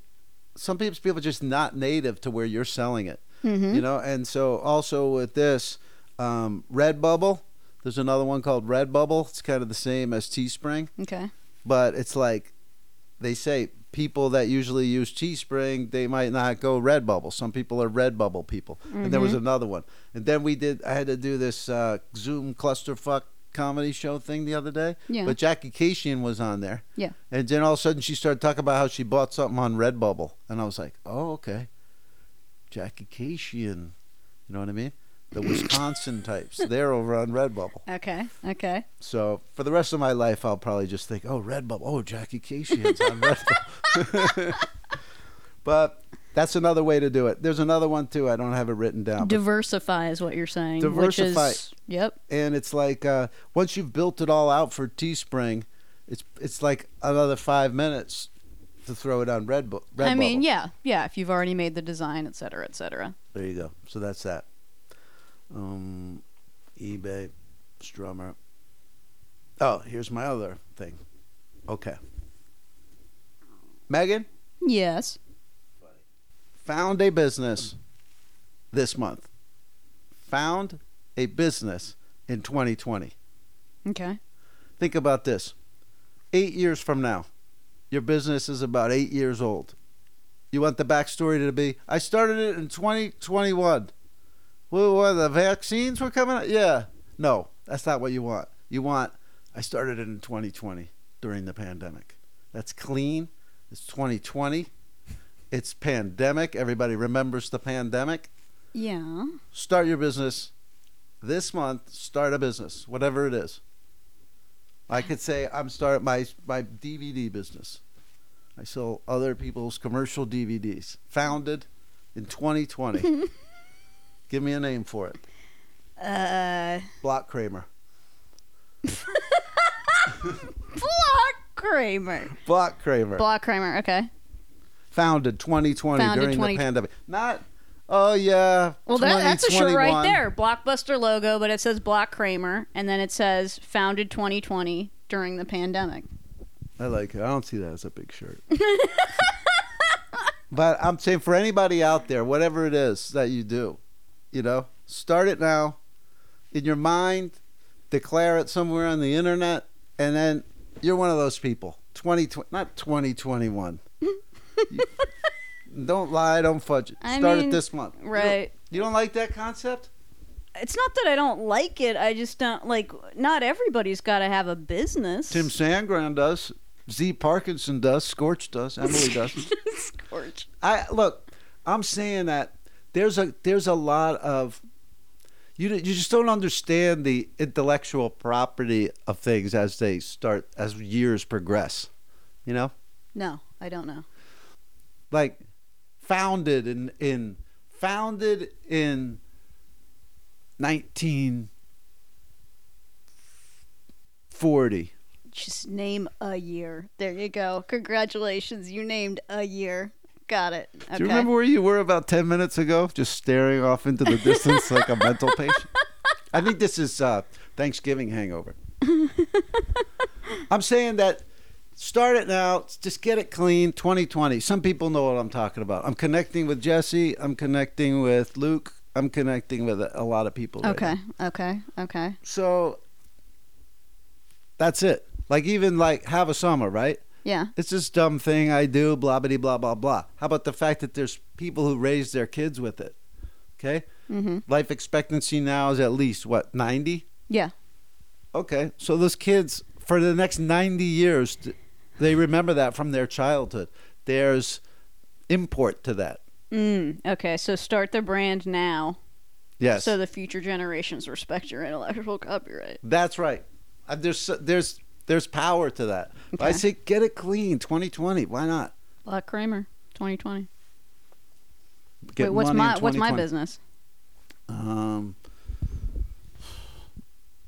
Sometimes people are just not native to where you're selling it,
Mm-hmm.
you know. And so also with this, um, Redbubble. There's another one called Redbubble. It's kind of the same as Teespring,
Okay.
but it's like they say people that usually use Teespring, they might not go Redbubble. Some people are Redbubble people. And there was
Mm-hmm.
another one. And then we did. I had to do this uh, Zoom clusterfuck comedy show thing the other day.
Yeah.
But Jackie Cation was on there.
Yeah.
And then all of a sudden she started talking about how she bought something on Redbubble. And I was like, oh, okay. Jackie Cation. You know what I mean? The Wisconsin types. They're over on Redbubble.
Okay.
Uh,
Okay.
So for the rest of my life, I'll probably just think, oh, Redbubble. Oh, Jackie Cation's on Redbubble. but that's another way to do it. There's another one, too. I don't have it written down. but-
Diversify is what you're saying.
Diversify.
Which is, yep.
and it's like uh, once you've built it all out for Teespring, it's it's like another five minutes to throw it on Red Bull.
I mean, yeah, yeah. If you've already made the design, et cetera, et cetera.
There you go. So that's that. Um, eBay, Strummer. Oh, here's my other thing. Okay. Megan
Yes.
found a business this month. Found a business in 2020.
Okay.
Think about this. Eight years from now, your business is about eight years old. You want the backstory to be I started it in 2021. What, what the vaccines were coming out? Yeah. No, that's not what you want. You want I started it in 2020 during the pandemic. That's clean. It's 2020. It's pandemic. Everybody remembers the pandemic.
Yeah.
Start your business this month. Start a business, whatever it is. I could say I'm starting my my DVD business. I sell other people's commercial DVDs. Founded in 2020. Give me a name for it.
Uh,
Block Kramer.
Block Kramer.
Block Kramer.
Block Kramer. Okay.
Founded 2020
Founded
during
20
the pandemic. Not. Oh yeah.
Well, that, that's a shirt right
2021.
there. Blockbuster logo, but it says Block Kramer, and then it says founded 2020 during the pandemic.
I like it. I don't see that as a big shirt. but I'm saying for anybody out there, whatever it is that you do, you know, start it now in your mind, declare it somewhere on the internet, and then you're one of those people. 2020, not 2021. You- don't lie, don't fudge it.
I
start
mean,
it this month. You don't-
Right.
You don't like that concept?
It's not that I don't like it. I just don't like. Not everybody's got to have a business.
Tim Sandgren does. Z Parkinson does. Scorch does. Emily does.
Scorch.
I look. I'm saying that there's a there's a lot of you you just don't understand the intellectual property of things as they start as years progress. You know,
No, I don't know.
like founded in in founded in 1940.
Just name a year. There you go. Congratulations. You named a year. Got it. Okay.
Do you remember where you were about 10 minutes ago? Just staring off into the distance like a mental patient? I think this is uh, Thanksgiving hangover. I'm saying that start it now. Just get it clean. 2020. Some people know what I'm talking about. I'm connecting with Jesse. I'm connecting with Luke. I'm connecting with a a lot of people. right
Okay.
now.
Okay. Okay.
So that's it. Like, even like have a summer, right?
Yeah.
it's this dumb thing I do, blah blah blah blah blah. How about the fact that there's people who raise their kids with it? Okay,
Mm-hmm.
life expectancy now is at least what ninety.
Yeah.
Okay, so those kids for the next ninety years, th- they remember that from their childhood. There's import to that.
Mm, okay. So start the brand now,
Yes,
so the future generations respect your intellectual copyright.
that's right. Uh, There's there's there's power to that. I
Okay.
say get it clean, 2020. Why not?
Block Kramer, 2020.
Get
Wait, what's
money in
my what's my
2020.
business?
Um,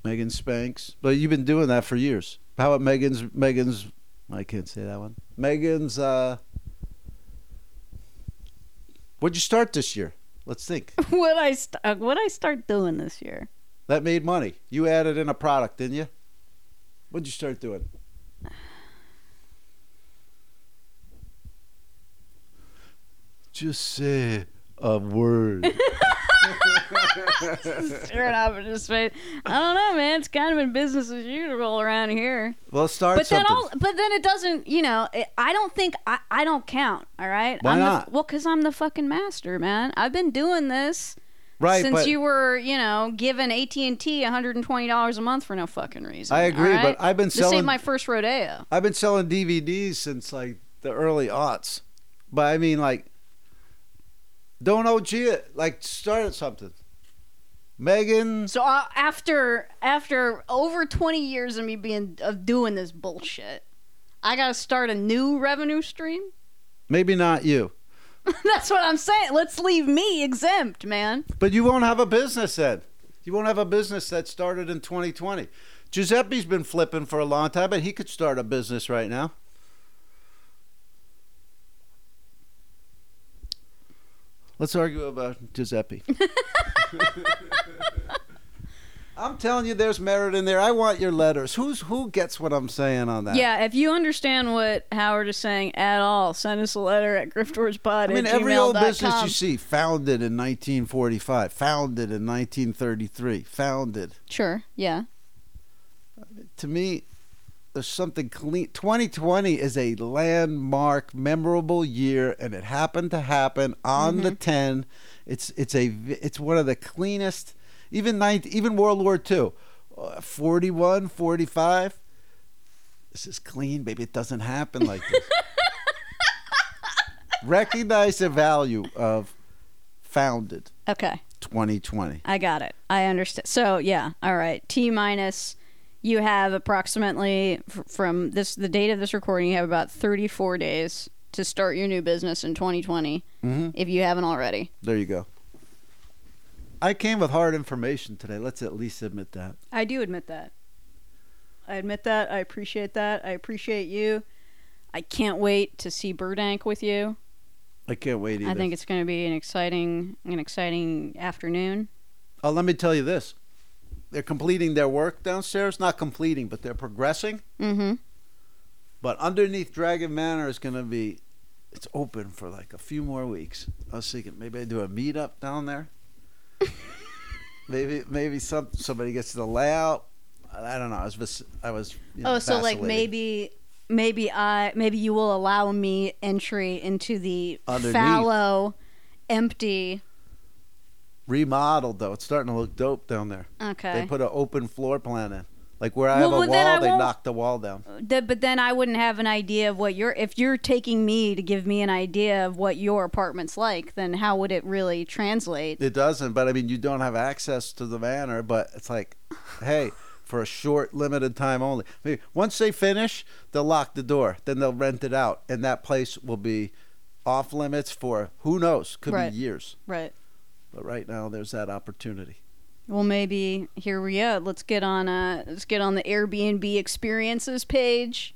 Megan Spanks, but you've been doing that for years. How about Megan's? Megan's, I can't say that one. Megan's. Uh, what'd you start this year? Let's think.
what I st- uh, what I start doing this year?
that made money. You added in a product, didn't you? What'd you start doing? Just say a word.
Staring off into space. I don't know, man. It's kind of been business as usual around here.
well, start
but then
something.
all, but then it doesn't. You know, it, I don't think I, I don't count. All right.
Why
I'm the-
not?
well, because I'm the fucking master, man. I've been doing this
right,
since
but
you were, you know, giving AT and T 120 dollars a month for no fucking reason.
I
all
agree,
right?
but I've been
this
selling-
ain't my first rodeo.
I've been selling DVDs since like the early aughts, but I mean like, don't OG it. Like start at something. Megan,
So uh, after after over 20 years of me being of doing this bullshit, I gotta start a new revenue stream.
maybe not you,
That's what I'm saying. Let's leave me exempt, man.
but you won't have a business then. You won't have a business that started in 2020. Giuseppe's been flipping for a long time, but he could start a business right now. Let's argue about Giuseppe. I'm telling you, there's merit in there. I want your letters. Who's who gets what I'm saying on that?
Yeah, if you understand what Howard is saying at all, send us a letter at griftwardspod
I mean, every old business you see, founded in 1945, founded in 1933, founded.
Sure, yeah.
To me, there's something clean. 2020 is a landmark, memorable year, and it happened to happen on the 10. It's it's a v- it's one of the cleanest. Even ninth, even World War II, uh, 41, 45. This is clean, baby. It doesn't happen like this. Recognize the value of founded
Okay,
2020.
I got it. I understand. So, yeah, all right. T minus, you have approximately f- from this the date of this recording, you have about 34 days to start your new business in 2020
Mhm.
if you haven't already.
There you go. I came with hard information today. Let's at least admit that.
I do admit that. I admit that. I appreciate that. I appreciate you. I can't wait to see Burdank with you.
I can't wait either.
I think it's going to be an exciting, an exciting afternoon.
Oh, let me tell you this. They're completing their work downstairs. Not completing, but they're progressing.
Mm-hmm.
But underneath Dragon Manor is going to be, it's open for like a few more weeks. I was thinking maybe I do a meetup down there. maybe maybe some somebody gets the layout. I I don't know. I was vas- I was. You know,
oh, so like
vacillating.
maybe, maybe I, maybe you will allow me entry into the
Underneath.
fallow, empty.
remodeled though. It's starting to look dope down there.
Okay.
They put an open floor plan in. Like where I
Well,
have
well,
a
then I
wall, they
won't-
knocked the wall down.
Th- but then I wouldn't have an idea of what your if you're taking me to give me an idea of what your apartment's like, then how would it really translate?
It doesn't, but I mean, you don't have access to the manor, but it's like, hey, for a short, limited time only. I mean, once they finish, they'll lock the door, then they'll rent it out, and that place will be off limits for who knows, could
Right.
be years.
Right.
But right now, there's that opportunity.
Well, maybe here we go. Let's get on uh let's get on the Airbnb experiences page.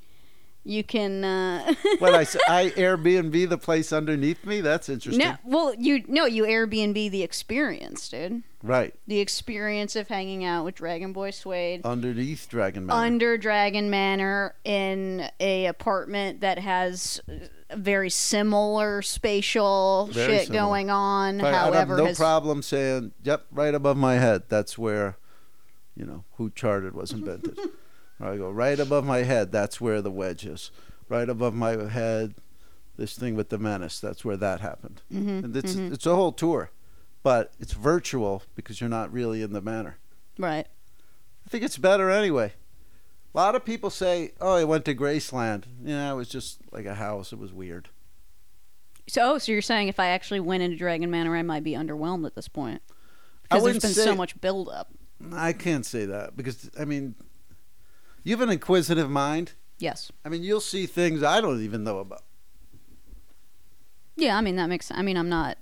You can uh
What I s- I Airbnb the place underneath me. That's interesting.
No, well, you no, you Airbnb the experience, dude.
Right
The experience of hanging out with Dragon Boy
Oh,
Suede
underneath Dragon Manor.
under Dragon Manor in a apartment that has uh, very similar spatial
Very
shit
similar.
going on.
But I'd
however,
have no
has-
problem saying, "Yep, right above my head. That's where, you know, who charted was invented." Or I go right above my head. That's where the wedge is. Right above my head, this thing with the menace. That's where that happened.
Mhm,
And it's
mhm.
it's a whole tour, but it's virtual because you're not really in the manor.
right.
I think it's better anyway. A lot of people say, "Oh, I went to Graceland. Yeah, it was just like a house. It was weird."
So, oh, so you're saying if I actually went into Dragon Manor, I might be underwhelmed at this point
I
because there's
wouldn't
been
say-
so much buildup.
I can't say that because I mean, you have an inquisitive mind.
Yes.
I mean, you'll see things I don't even know about.
Yeah, I mean that makes. I mean, I'm not.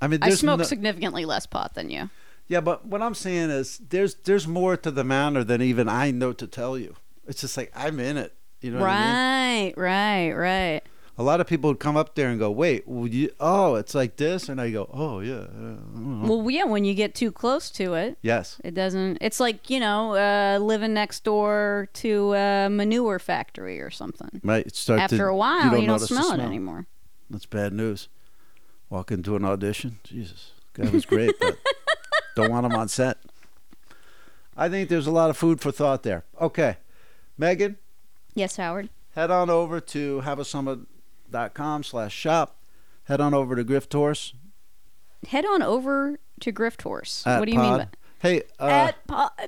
I mean,
I
there's
smoke
no-
significantly less pot than you.
yeah, but what I'm saying is, there's there's more to the manor than even I know to tell you. It's just like I'm in it. You know what I mean?
right, right, right.
A lot of people would come up there and go, "Wait, well, you, oh, it's like this," and I go, "Oh yeah, uh, I don't know."
Well, yeah, when you get too close to it,
yes,
it doesn't. It's like you know, uh, living next door to a manure factory or something.
right." It starts
After
to-
a while, you don't,
notice the
smell, it anymore.
That's bad news. Walk into an audition. Jesus, guy was great, but don't want him on set. I think there's a lot of food for thought there. Okay, Megan,
Yes, Howard.
head on over to haveasummit.com slash shop. Head on over to Grift Horse.
Head on over to Grift Horse.
at
What do you
pod.
mean
Hey, uh,
by at pod?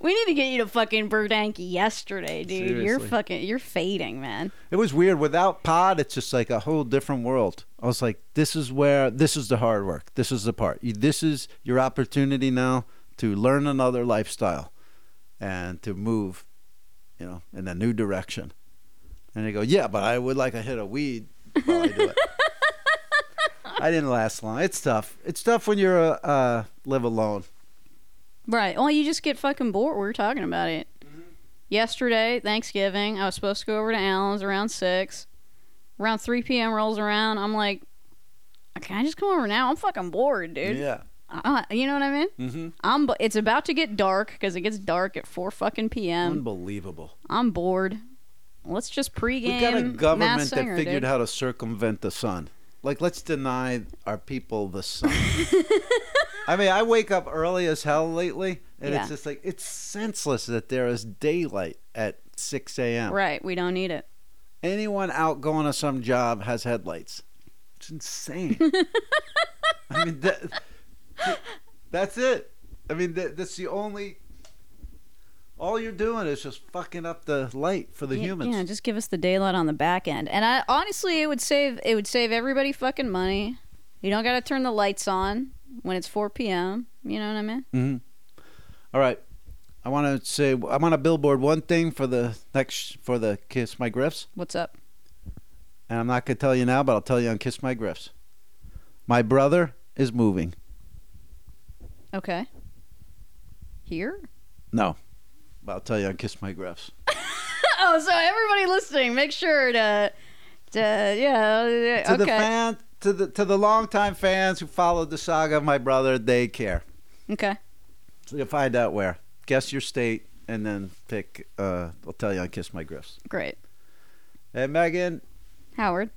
we need to get you to fucking Burdank yesterday, dude. You're
Seriously.
fucking. You're fading, man.
it was weird. Without Pod, it's just like a whole different world. I was like, this is where, this is the hard work. This is the part. You- This is your opportunity now to learn another lifestyle and to move, you know, in a new direction. And they go, yeah, but I would like a hit of weed while I do it. I didn't last long. It's tough. It's tough when you're uh, uh, live alone.
Right. Well, you just get fucking bored. We were talking about it.
Mm-hmm.
Yesterday, Thanksgiving, I was supposed to go over to Allen's around 6. Around 3 p.m. rolls around. I'm like, can I just come over now? I'm fucking bored, dude.
Yeah.
Uh, you know what I mean?
Mm-hmm.
I'm. bu- It's about to get dark because it gets dark at four fucking
Mm.
p.m.
Unbelievable.
I'm bored. Let's just pregame.
We got a government
Mass Singer,
that figured
dude.
how to circumvent the sun. Like, let's deny our people the sun. I mean, I wake up early as hell lately, and
Yeah.
it's just like it's senseless that there is daylight at 6 a.m.
Right. We don't need it.
Anyone out going to some job has headlights. It's insane. I mean, that, that's it. I mean, that, that's the only. All you're doing is just fucking up the light for the
yeah,
humans.
Yeah. Just give us the daylight on the back end, and I honestly, it would save. It would save everybody fucking money. You don't got to turn the lights on when it's four p.m. You know what I mean?
Mhm. All right. I want to say I want to billboard one thing for the next for the Kiss My Griffs,
What's up?
and I'm not gonna tell you now, but I'll tell you on Kiss My Griffs. My brother is moving.
Okay. Here.
No, but I'll tell you on Kiss My Griffs.
Oh, so everybody listening, make sure to, to yeah,
To the
okay,
fan, to the to the longtime fans who followed the saga of my brother, they care.
okay,
So you'll find out where. Guess your state, and then pick. Uh, I'll tell you on Kiss My Griffs.
great,
And Megan,
Howard,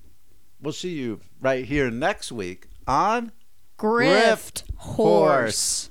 we'll see you right here next week on
grift,
horse.